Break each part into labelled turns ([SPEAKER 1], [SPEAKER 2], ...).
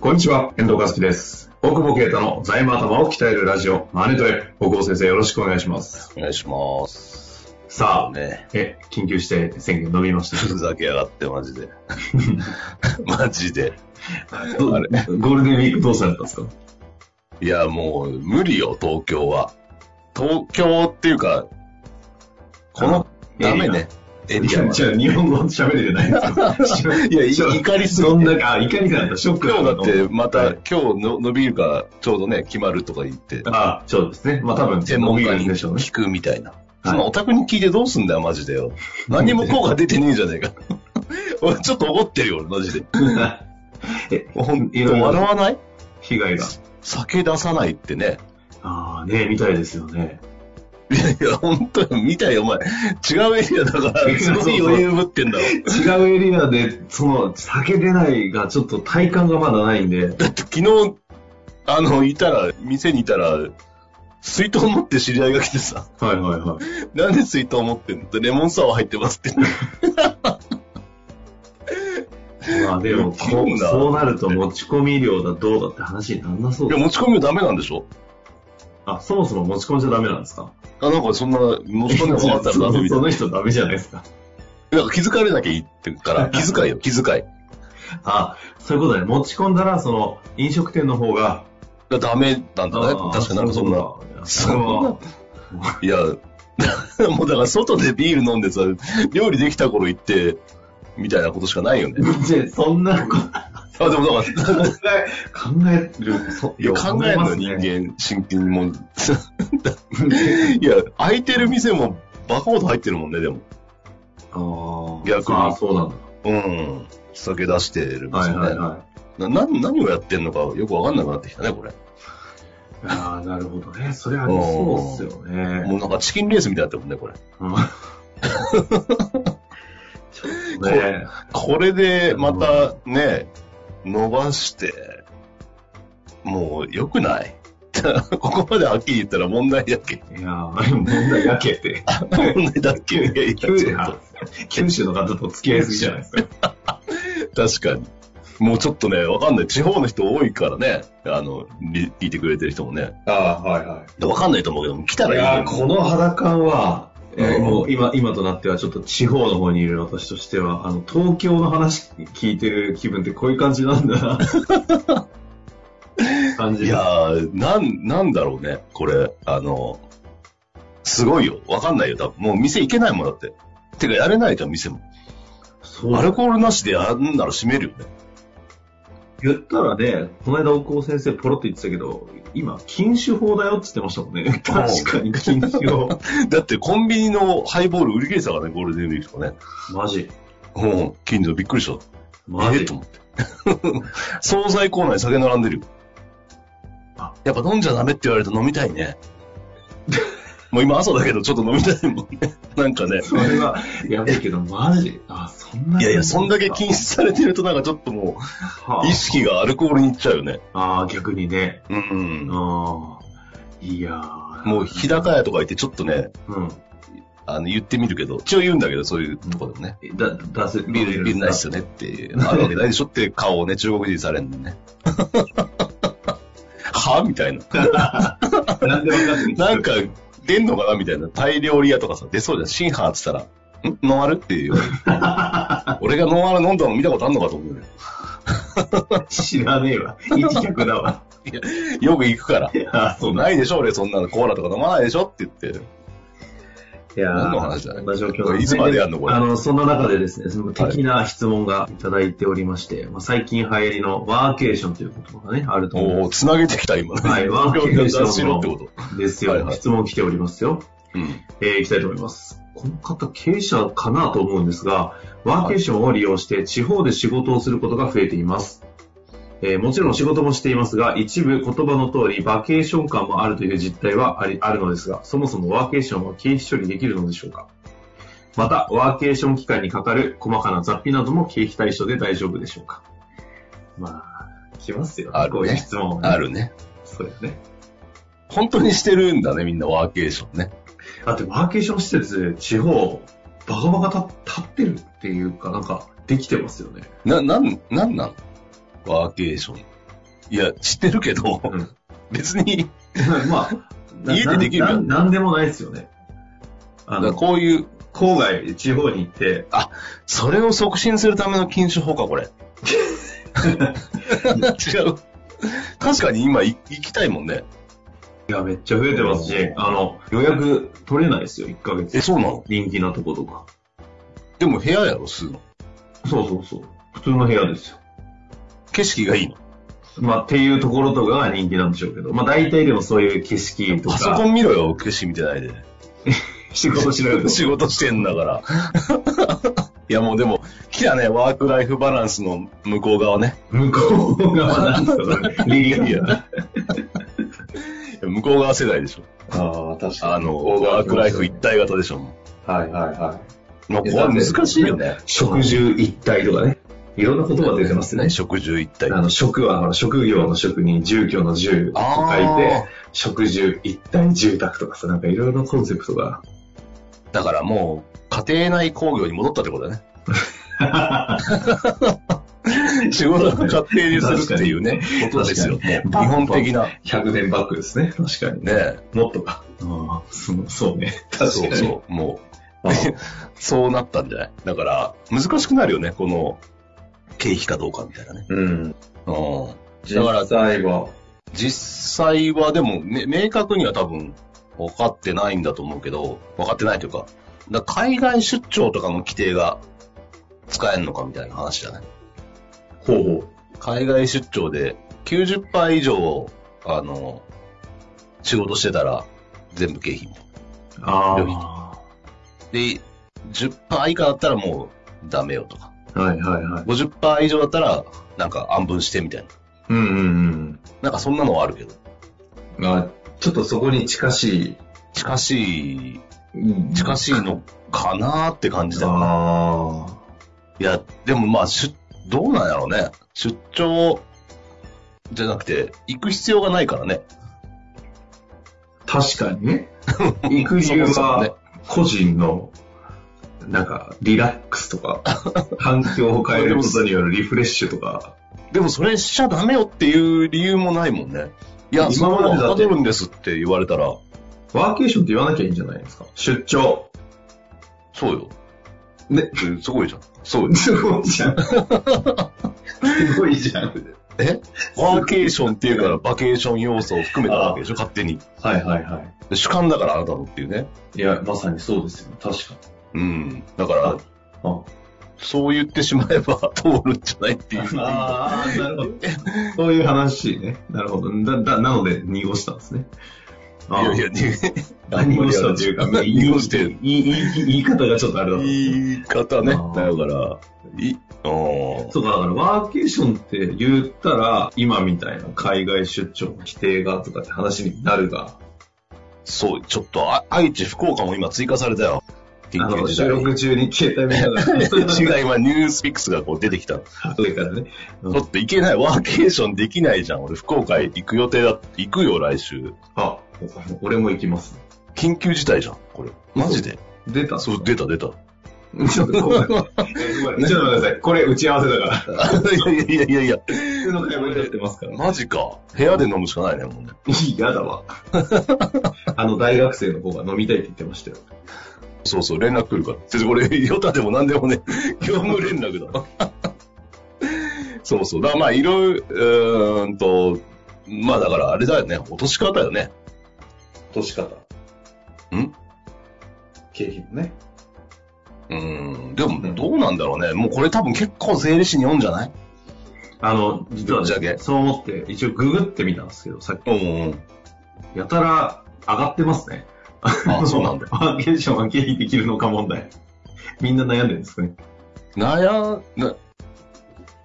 [SPEAKER 1] こんにちは、遠藤和樹です。大久保啓太の財務頭を鍛えるラジオ、マネトレ。大久保先生、よろしくお願いします。
[SPEAKER 2] お願いします。
[SPEAKER 1] さあ、
[SPEAKER 2] ね
[SPEAKER 1] え、緊急事態宣言伸びまし
[SPEAKER 2] ふざけやがって、マジで。 マジで。
[SPEAKER 1] た。
[SPEAKER 2] どあれ
[SPEAKER 1] ゴールデンウィークどうされたんですか
[SPEAKER 2] いや、もう、無理よ、東京は。東京っていうか、この、ダメね。エ
[SPEAKER 1] い
[SPEAKER 2] リア
[SPEAKER 1] や、
[SPEAKER 2] は。
[SPEAKER 1] じゃあ日本語喋れてないんですよ。
[SPEAKER 2] いや、い
[SPEAKER 1] ちょ
[SPEAKER 2] 怒りすぎ
[SPEAKER 1] どん
[SPEAKER 2] て。
[SPEAKER 1] なか、あ怒りかなった、ショック
[SPEAKER 2] 今日だ
[SPEAKER 1] だ
[SPEAKER 2] っ
[SPEAKER 1] な
[SPEAKER 2] て、また、
[SPEAKER 1] はい
[SPEAKER 2] 今日の伸びるから、ちょうどね、決まるとか言って、
[SPEAKER 1] あ、そうですね。まあ多分、
[SPEAKER 2] 専門家
[SPEAKER 1] 伸び
[SPEAKER 2] に
[SPEAKER 1] るんでしょうね。
[SPEAKER 2] 聞くみたいな。
[SPEAKER 1] い
[SPEAKER 2] そのお宅に聞いてどうすんだよ、マジで よ。何も効果出てねえじゃねえか。 俺、ちょっと怒ってるよ、俺マジで。
[SPEAKER 1] え、
[SPEAKER 2] ほん
[SPEAKER 1] いろいろ
[SPEAKER 2] 笑わない
[SPEAKER 1] 被害が。
[SPEAKER 2] 酒出さないってね。
[SPEAKER 1] ああ、ねみたいですよね。
[SPEAKER 2] い やいや、本当に見たよ、お前。違うエリアだから、すごい余裕ぶってんだろ。
[SPEAKER 1] 違うエリアで、その、酒出ないが、ちょっと体感がまだないんで。
[SPEAKER 2] だって昨日、あの、いたら、店にいたら、水筒持って知り合いが来てさ、
[SPEAKER 1] はいはいはい。
[SPEAKER 2] なんで水筒持ってんのってレモンサワー入ってますって。
[SPEAKER 1] まあでもこう、そうなると持ち込み量だどうだって話になんなそう
[SPEAKER 2] いや、
[SPEAKER 1] だ。
[SPEAKER 2] 持ち込みはダメなんでしょ
[SPEAKER 1] あ、そもそも持ち込んじゃダメなんですか
[SPEAKER 2] あ、なんかそんな、持ち込んでもらったらダメみたい
[SPEAKER 1] そ
[SPEAKER 2] な
[SPEAKER 1] の。人ダメじゃないですか。
[SPEAKER 2] なんか気づかれなきゃいいってから、気遣いよ、気遣い。
[SPEAKER 1] あ、そういうことね。持ち込んだら、その、飲食店の方が、
[SPEAKER 2] だダメなんだね。確かになんかそんな。
[SPEAKER 1] な
[SPEAKER 2] そんないや、 もうだから外でビール飲んでさ、料理できた頃行って、みたいなことしかないよね。
[SPEAKER 1] そんなこと
[SPEAKER 2] あ、でもだから、
[SPEAKER 1] 考え、考える、そ
[SPEAKER 2] いや考えるの人。間、真剣にもう。 いや、空いてる店もバカほど入ってるもんね、でも。
[SPEAKER 1] ああ、
[SPEAKER 2] 逆に
[SPEAKER 1] あそうなんだ。
[SPEAKER 2] うん。酒出してる店
[SPEAKER 1] はい
[SPEAKER 2] ね、
[SPEAKER 1] はいはい。
[SPEAKER 2] なな何をやってんのかよくわかんなくなってきたね、これ。
[SPEAKER 1] ああ、なるほどね。それありそうっすよね。
[SPEAKER 2] もうなんかチキンレースみたいになってるもんね、これ。
[SPEAKER 1] うんちょっとね。
[SPEAKER 2] これで、またね、伸ばして、もう良くない ここまではっきり言ったら問題だっけ
[SPEAKER 1] いやー、問題やけて。
[SPEAKER 2] 問題だっけいやいや、
[SPEAKER 1] 九州
[SPEAKER 2] ちょっと
[SPEAKER 1] 九州の方と付き合いすぎじゃないですか。
[SPEAKER 2] 確かに。もうちょっとね、わかんない。地方の人多いからね。あの、り聞いてくれてる人もね。
[SPEAKER 1] ああ、はいは
[SPEAKER 2] でわかんないと思うけど、来た
[SPEAKER 1] い
[SPEAKER 2] ら
[SPEAKER 1] や
[SPEAKER 2] いい
[SPEAKER 1] ー、こ
[SPEAKER 2] よ。
[SPEAKER 1] の肌感は、えー
[SPEAKER 2] うん
[SPEAKER 1] もう今、今となってはちょっと地方の方にいる私としては、あの、東京の話聞いてる気分ってこういう感じなんだな。感じ
[SPEAKER 2] いやー、なん、なんだろうね。これ、あの、すごいよ。わかんないよ。多分もう店行けないもんだって。てか、やれないじゃん、店も。
[SPEAKER 1] そう
[SPEAKER 2] アルコールなしでやんなら閉めるよね。
[SPEAKER 1] 言ったらね、この間大久保先生ポロって言ってたけど、今、禁酒法だよって言ってましたもんね。 確かに禁酒法。
[SPEAKER 2] だって、コンビニのハイボール売り切れてたからね、ゴールデンウィークとかね。
[SPEAKER 1] マジ。
[SPEAKER 2] うん、近所びっくりした。
[SPEAKER 1] マ
[SPEAKER 2] え
[SPEAKER 1] ジ
[SPEAKER 2] えと。思って。 惣菜コーナーに酒並んでるよ
[SPEAKER 1] あ。
[SPEAKER 2] やっぱ飲んじゃダメって言われると飲みたいね。もう今朝だけどちょっと飲みたいもんね。なんかね。
[SPEAKER 1] それは、やばいけど、マジ。あ、そんな。
[SPEAKER 2] いやいや、そんだけ禁止されてるとなんかちょっとも
[SPEAKER 1] は
[SPEAKER 2] う意識がアルコールにいっちゃうよね。
[SPEAKER 1] ああ、逆にね。
[SPEAKER 2] う。
[SPEAKER 1] うんん。いやー
[SPEAKER 2] もう日高屋とか行ってちょっとね、
[SPEAKER 1] うん。
[SPEAKER 2] あの言ってみるけど、一応言うんだけど、そういうとこでもね。
[SPEAKER 1] だ、出せ、
[SPEAKER 2] ビール、ビールないっすよねっていう。あるわけないでしょっていう顔をね、中国人にされるの ね。はみたいな。
[SPEAKER 1] なんで分かって る
[SPEAKER 2] なんか、出んのかなみたいな。タイ料理屋とかさ、出そうじゃん。シンハーって言ったら、んノンアルっ ていう。俺がノンアル飲んだの見たことあんのかと思うよ。
[SPEAKER 1] 知らねえわ。一客だ わ。
[SPEAKER 2] よく行くから。
[SPEAKER 1] あ
[SPEAKER 2] そう、ないでしょ俺そんなのコーラとか飲まないでしょって言って。
[SPEAKER 1] いやー
[SPEAKER 2] 何の話だね
[SPEAKER 1] こんな状況
[SPEAKER 2] これいつまでやんのこれ
[SPEAKER 1] あの、そんな中でですね、その的な質問がいただいておりまして、まあ、最近流行りのワーケーションという言葉がね、あると思うん
[SPEAKER 2] おー、繋げてきた今ね。
[SPEAKER 1] はいワーケーションの
[SPEAKER 2] 東京から出しろってこと。
[SPEAKER 1] ですよ。
[SPEAKER 2] はいはい
[SPEAKER 1] 質問来ておりますよ。
[SPEAKER 2] うん。
[SPEAKER 1] えー行きたいと思います。この方、経営者かなと思うんですが、ワーケーションを利用して地方で仕事をすることが増えています。えーもちろん仕事もしていますが、一部言葉の通りバケーション感もあるという実態はありあるのですが、そもそもワーケーションは経費処理できるのでしょうかまた、ワーケーション期間にかかる細かな雑費なども経費対象で大丈夫でしょうかまあ、来ますよ、
[SPEAKER 2] あるね
[SPEAKER 1] こういう質問はね
[SPEAKER 2] あるね。
[SPEAKER 1] そうだよね。
[SPEAKER 2] 本当にしてるんだね、みんなワーケーションね。
[SPEAKER 1] だってワーケーション施設、地方、バカバカ立ってるっていうか、なんか、できてますよね。
[SPEAKER 2] な、なん、なんなんワーケーション。いや、知ってるけど、
[SPEAKER 1] うん
[SPEAKER 2] 別に、
[SPEAKER 1] まあ、な
[SPEAKER 2] 家でできる
[SPEAKER 1] な
[SPEAKER 2] か
[SPEAKER 1] んなんでもないですよね。あの、
[SPEAKER 2] こういう、
[SPEAKER 1] 郊外、地方に行って、
[SPEAKER 2] それを促進するための禁酒法か、こ れ。違う。確かに今い行きたいもんね。
[SPEAKER 1] いや、めっちゃ増えてますし
[SPEAKER 2] う、ん
[SPEAKER 1] あの、予約取れないですよ、1ヶ
[SPEAKER 2] え、
[SPEAKER 1] 月。
[SPEAKER 2] そうなの
[SPEAKER 1] 人気なとことか。
[SPEAKER 2] でも部屋やろ、吸うの。
[SPEAKER 1] そうそうそう。普通の部屋ですよ。
[SPEAKER 2] 景色がいいの。
[SPEAKER 1] まあ、っていうところとかが人気なんでしょうけど、まあ、大体でもそういう景色と
[SPEAKER 2] パソコ
[SPEAKER 1] か、
[SPEAKER 2] ン見ろよ、景色見てないで。
[SPEAKER 1] 仕事しろよと。
[SPEAKER 2] 仕事してんだ から。いやもうでも、来たね、ワークライフバランスの向こう側ね。
[SPEAKER 1] 向こう側なんですかね。 リリア。
[SPEAKER 2] 向こう側世代でしょ。
[SPEAKER 1] ああ、確
[SPEAKER 2] あの、ワークライフ一体型でしょ。も
[SPEAKER 1] はいはいは
[SPEAKER 2] うもうこれは難しいよね
[SPEAKER 1] い。。食住一体とかね。いろんな言葉出てますね。
[SPEAKER 2] 食住一体。
[SPEAKER 1] あの、職は、あの職業の職に住居の住と
[SPEAKER 2] あ
[SPEAKER 1] 書い
[SPEAKER 2] ー
[SPEAKER 1] て、食住一体住宅とかさ、なんかいろいろなコンセプトが。
[SPEAKER 2] だからもう、家庭内工業に戻ったってこと だね。仕事を家庭にするっていうね、ことですよ。もう
[SPEAKER 1] 確かに
[SPEAKER 2] 基本的な。
[SPEAKER 1] 100年バックですね。確かに。
[SPEAKER 2] ね
[SPEAKER 1] もっとか。ああ、そそう ね。確か
[SPEAKER 2] そう
[SPEAKER 1] に。
[SPEAKER 2] そう、も
[SPEAKER 1] あ
[SPEAKER 2] う、 そうなったんじゃないだから、難しくなるよね、この、経費かどうかみたいなね。
[SPEAKER 1] うん。
[SPEAKER 2] うん。
[SPEAKER 1] だから、最後。
[SPEAKER 2] 実際はでも、め明確には多分、分かってないんだと思うけど、分かってないというか、だから海外出張とかの規定が使えんのかみたいな話じゃない
[SPEAKER 1] ほうほう。
[SPEAKER 2] 海外出張で90杯以上、あの、仕事してたら全部経費みたいな。
[SPEAKER 1] あ
[SPEAKER 2] で、10%以下だったらもうダメよとか。
[SPEAKER 1] あ。はいはいはい。
[SPEAKER 2] 50%以上だったら、なんか安分してみたいな。
[SPEAKER 1] うんうん
[SPEAKER 2] なんかそんなのはあるけど。
[SPEAKER 1] うん。あちょっとそこに近しい
[SPEAKER 2] 近しい、近
[SPEAKER 1] 近
[SPEAKER 2] しいのかなーって感じだよね。
[SPEAKER 1] ああ。
[SPEAKER 2] いや、でもまあ、出どうなんやろうね。出張じゃなくて、行く必要がないからね。
[SPEAKER 1] 確かに ね。育休
[SPEAKER 2] そもそもね
[SPEAKER 1] は個人の、なんか、リラックスと か、環境を変えることによるリフレッシュとか、
[SPEAKER 2] でもそれしちゃダメよっていう理由もないもんね。いや、そ
[SPEAKER 1] 今
[SPEAKER 2] こ
[SPEAKER 1] までだ
[SPEAKER 2] は
[SPEAKER 1] って
[SPEAKER 2] かどるんですって言われたら、
[SPEAKER 1] ワーケーションって言わなきゃいいんじゃないですか。出張。
[SPEAKER 2] そうよ。
[SPEAKER 1] ね、
[SPEAKER 2] えすごいじゃん。そう よ。
[SPEAKER 1] すごいじゃん。すごいじゃん。
[SPEAKER 2] えワーケーションっていうから、バケーション要素を含めたわけでしょ、勝手に。
[SPEAKER 1] はいはいは
[SPEAKER 2] で主観だから、あなたのっていうね。
[SPEAKER 1] い。いや、まさにそうですよ。確かに。
[SPEAKER 2] うん。だから、
[SPEAKER 1] あ
[SPEAKER 2] そう言ってしまえば通るんじゃないっていう。
[SPEAKER 1] あー、なるほど。 そういう話ね。なるほど。だ、だ、なので、濁したんですね。
[SPEAKER 2] いやいや、
[SPEAKER 1] 何をしたというか、
[SPEAKER 2] 言い
[SPEAKER 1] 濁
[SPEAKER 2] 直
[SPEAKER 1] し
[SPEAKER 2] してて
[SPEAKER 1] 言い、言い言い方がちょっとあれだった。
[SPEAKER 2] 言い方ね。
[SPEAKER 1] あ
[SPEAKER 2] だ
[SPEAKER 1] ー
[SPEAKER 2] から、い、うん
[SPEAKER 1] そうか、だからワーケーションって言ったら、今みたいな海外出張の規定がとかって話になるが、
[SPEAKER 2] そう、ちょっと、あ愛知、福岡も今追加されたよ。
[SPEAKER 1] あ
[SPEAKER 2] 緊
[SPEAKER 1] の、
[SPEAKER 2] 急事
[SPEAKER 1] 収
[SPEAKER 2] 態。
[SPEAKER 1] 録中に携帯見ながら、
[SPEAKER 2] 違う、今、ニュースピックスがこう出てきた。ち
[SPEAKER 1] 上からね、
[SPEAKER 2] ょっと行けない、ワーケーションできないじゃん。俺、福岡へ行く予定だ行くよ、来週。
[SPEAKER 1] あ、俺も行きます。
[SPEAKER 2] 緊急事態じゃん、これ。マジで。
[SPEAKER 1] 出た
[SPEAKER 2] そう、出た、出た。 い
[SPEAKER 1] ちょっとごめん。ちょっと 待ってください。これ打ち合わせだから。
[SPEAKER 2] やいやいやいや、
[SPEAKER 1] 普通の会話になってますから。
[SPEAKER 2] マジか。部屋で飲むしかないね、もうね。
[SPEAKER 1] 嫌だわ。あの、大学生の方が飲みたいって言ってましたよ。
[SPEAKER 2] そうそう、連絡来るから。先生、これ、ヨタでも何でもね、 業務連絡だ。そうそう。だからまあ、いろいろ、うーんと、まあだから、あれだよね、落とし方よね。
[SPEAKER 1] 年方。
[SPEAKER 2] ん
[SPEAKER 1] 経費もね。
[SPEAKER 2] うーん、でも、どうなんだろうね。もうこれ多分結構税理士に読んじゃない
[SPEAKER 1] あの、実は
[SPEAKER 2] ぶっちゃ
[SPEAKER 1] ね、
[SPEAKER 2] け
[SPEAKER 1] そう思 って、一応ググってみたんですけど、さっき
[SPEAKER 2] うん。
[SPEAKER 1] やたら上がってますね。
[SPEAKER 2] あそう なんだ
[SPEAKER 1] ワーケーションは経費できるのか問題。みんな悩んでるんですね。
[SPEAKER 2] 悩ん、な、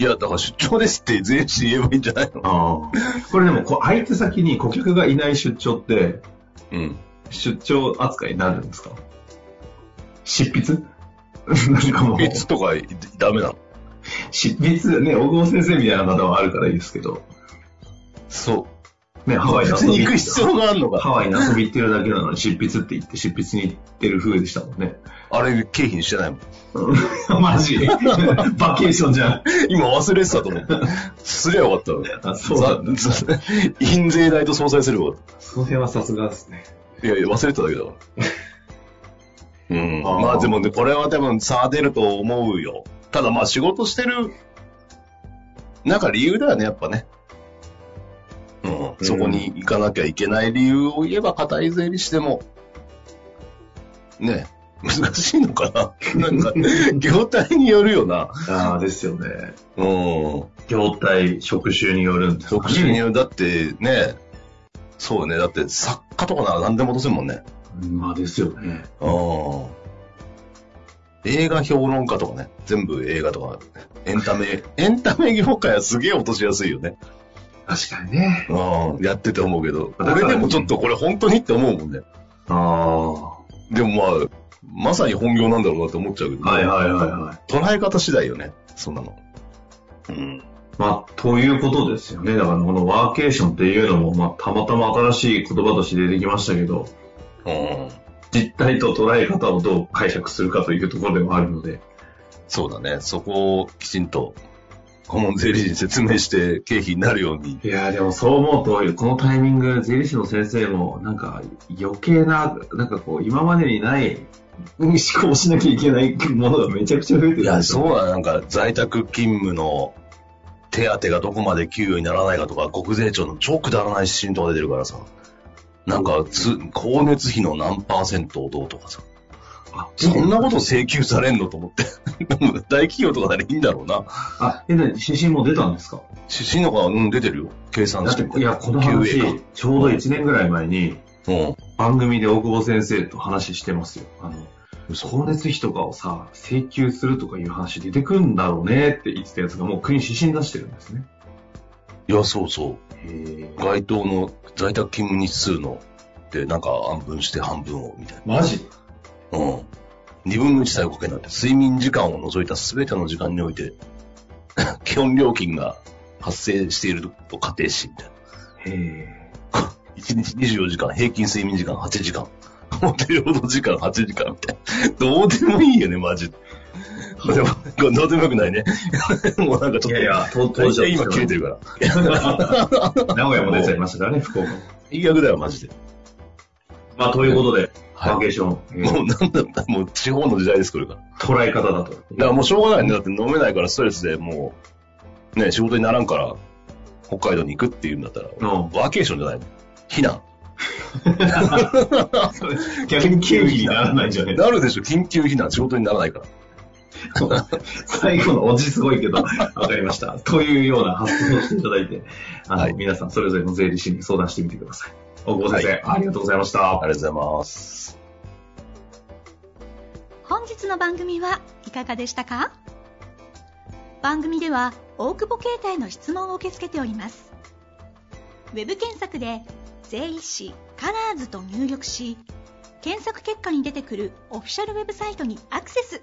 [SPEAKER 2] いや、だから出張ですって税理士に言えばいいんじゃないの
[SPEAKER 1] ああ。これでも、こう相手先に顧客がいない出張って、
[SPEAKER 2] うん。
[SPEAKER 1] 出張扱いになるんですか執筆 なんかもう、
[SPEAKER 2] いつとかいダメなの
[SPEAKER 1] 執筆、ね、大久保先生みたいな方はあるからいいですけど、
[SPEAKER 2] そ
[SPEAKER 1] ね、
[SPEAKER 2] う。
[SPEAKER 1] ハワイの
[SPEAKER 2] 別
[SPEAKER 1] 遊
[SPEAKER 2] に
[SPEAKER 1] び
[SPEAKER 2] 行く必要があるのか。
[SPEAKER 1] ハワイの遊び行ってるだけなのに執筆って言って執筆に行ってる風でしたも んね。
[SPEAKER 2] あれ、経費にしてないもん。
[SPEAKER 1] うんマ ジバケーションじゃん。
[SPEAKER 2] 今忘れてたと思って。すりゃよかったのに。
[SPEAKER 1] あそうなんだ
[SPEAKER 2] ざざ印税代と相殺すればよかっ
[SPEAKER 1] その辺はさすがですね。
[SPEAKER 2] た。いやいや、忘れてただけだから。うん、
[SPEAKER 1] あー
[SPEAKER 2] まあでもね、これは多分差は出ると思うよ。ただまあ仕事してる、なんか理由だよね、やっぱね。うん、そこに行かなきゃいけない理由を言えば、肩い税にしても、ねえ難しいのかな なんか、業態によるよな。
[SPEAKER 1] ああ、ですよね。
[SPEAKER 2] うん。
[SPEAKER 1] 業態、職種によるんです
[SPEAKER 2] 特殊に、だってね、そうね、だって作家とかなら何でも落とせるもんね。
[SPEAKER 1] うんまあですよね。
[SPEAKER 2] うん。映画評論家とかね、全部映画とか、エンタメ、エンタメ業界はすげえ落としやすいよね。
[SPEAKER 1] 確かにね。
[SPEAKER 2] うん、やってて思うけど、
[SPEAKER 1] だから
[SPEAKER 2] 俺でもちょっとこれ本当にって思うもんね。
[SPEAKER 1] あ
[SPEAKER 2] でもまあ、まさに本業なんだろうなって思っちゃうけど、
[SPEAKER 1] あ。はいはいはいはい。
[SPEAKER 2] 捉え方次第よね、そんなの。うん。
[SPEAKER 1] まあ、ということですよね。だからこのワーケーションっていうのも、まあ、たまたま新しい言葉として出てきましたけど、
[SPEAKER 2] うん。
[SPEAKER 1] 実態と捉え方をどう解釈するかというところでもあるので、
[SPEAKER 2] そうだね、そこをきちんと、顧問税理士に説明して経費になるように
[SPEAKER 1] いやーでもそう思うと、このタイミング、税理士の先生も、なんか余計な、なんかこう、今までにないうん思考をしなきゃいけないものがめちゃくちゃ増えてる。
[SPEAKER 2] いや、そうはなんか在宅勤務の手当がどこまで給与にならないかとか、国税庁の超くだらない指針とか出てるからさ、なんかつ、光熱費の何パーセントをどうとかさ、
[SPEAKER 1] あ
[SPEAKER 2] そんなこと請求されんのと思って。 大企業とかならいいんだろうな。
[SPEAKER 1] あ、え、なに、指針も出たんですか
[SPEAKER 2] 指針のが、うん、出てるよ。計算
[SPEAKER 1] だ
[SPEAKER 2] し
[SPEAKER 1] ってて
[SPEAKER 2] み、て。
[SPEAKER 1] いや、この
[SPEAKER 2] QA
[SPEAKER 1] 話
[SPEAKER 2] か、
[SPEAKER 1] ちょうど1年ぐらい前に、
[SPEAKER 2] うん。
[SPEAKER 1] 番組で大久保先生と話してますよ。あの、光
[SPEAKER 2] そ
[SPEAKER 1] 熱費とかをさ、請求するとかいう話出てくるんだろうねって言ってたやつが、もう国指針出してるんですね。
[SPEAKER 2] いや、そうそう。
[SPEAKER 1] へえ。
[SPEAKER 2] 該当の在宅勤務日数の、で、なんか、半分して半分を、みたいな。
[SPEAKER 1] マジ
[SPEAKER 2] うん。二分の一さえかけないと、睡眠時間を除いたすべての時間において、 基本料金が発生していると仮定し、みたいな。
[SPEAKER 1] へえ。
[SPEAKER 2] 1日24時間、平均睡眠時間8時間。 モテ労働時間8時間みたいな。どうでもいいよね、マジで。でも、どうでもよくないね。 もうなんかちょっと、
[SPEAKER 1] いやいや、当
[SPEAKER 2] 大体今
[SPEAKER 1] 今
[SPEAKER 2] 切
[SPEAKER 1] 切れ
[SPEAKER 2] れて
[SPEAKER 1] て
[SPEAKER 2] るか ら。
[SPEAKER 1] 名古屋も出ちゃいましたからね、福岡も。
[SPEAKER 2] 最悪だよ、マジで。
[SPEAKER 1] まあ、ということで、
[SPEAKER 2] はい
[SPEAKER 1] ワーケーション、えー
[SPEAKER 2] もうなんだったらもう地方の時代です、これから。
[SPEAKER 1] 捉え方だと。
[SPEAKER 2] だからもうしょうがないね。だって飲めないからストレスでもう、ね、仕事にならんから、北海道に行くっていうんだったら、
[SPEAKER 1] うん
[SPEAKER 2] ワーケーションじゃないの。避難。
[SPEAKER 1] 逆に経費にならないんじゃね
[SPEAKER 2] なるでしょ、緊急避難。仕事にならないから。
[SPEAKER 1] 最後のオチすごいけど、わかりました。というような発想をしていただいて、あの、
[SPEAKER 2] はい
[SPEAKER 1] 皆さんそれぞれの税理士に相談してみてください。大久保先生、
[SPEAKER 2] はい
[SPEAKER 1] ありがとうございました
[SPEAKER 2] あ。りがとうございます。
[SPEAKER 3] 本日の番組はいかがでしたか番組では大久保携帯の質問を受け付けておりますウェブ検索で「税理士カラーズと入力し検索結果に出てくるオフィシャルウェブサイトにアクセス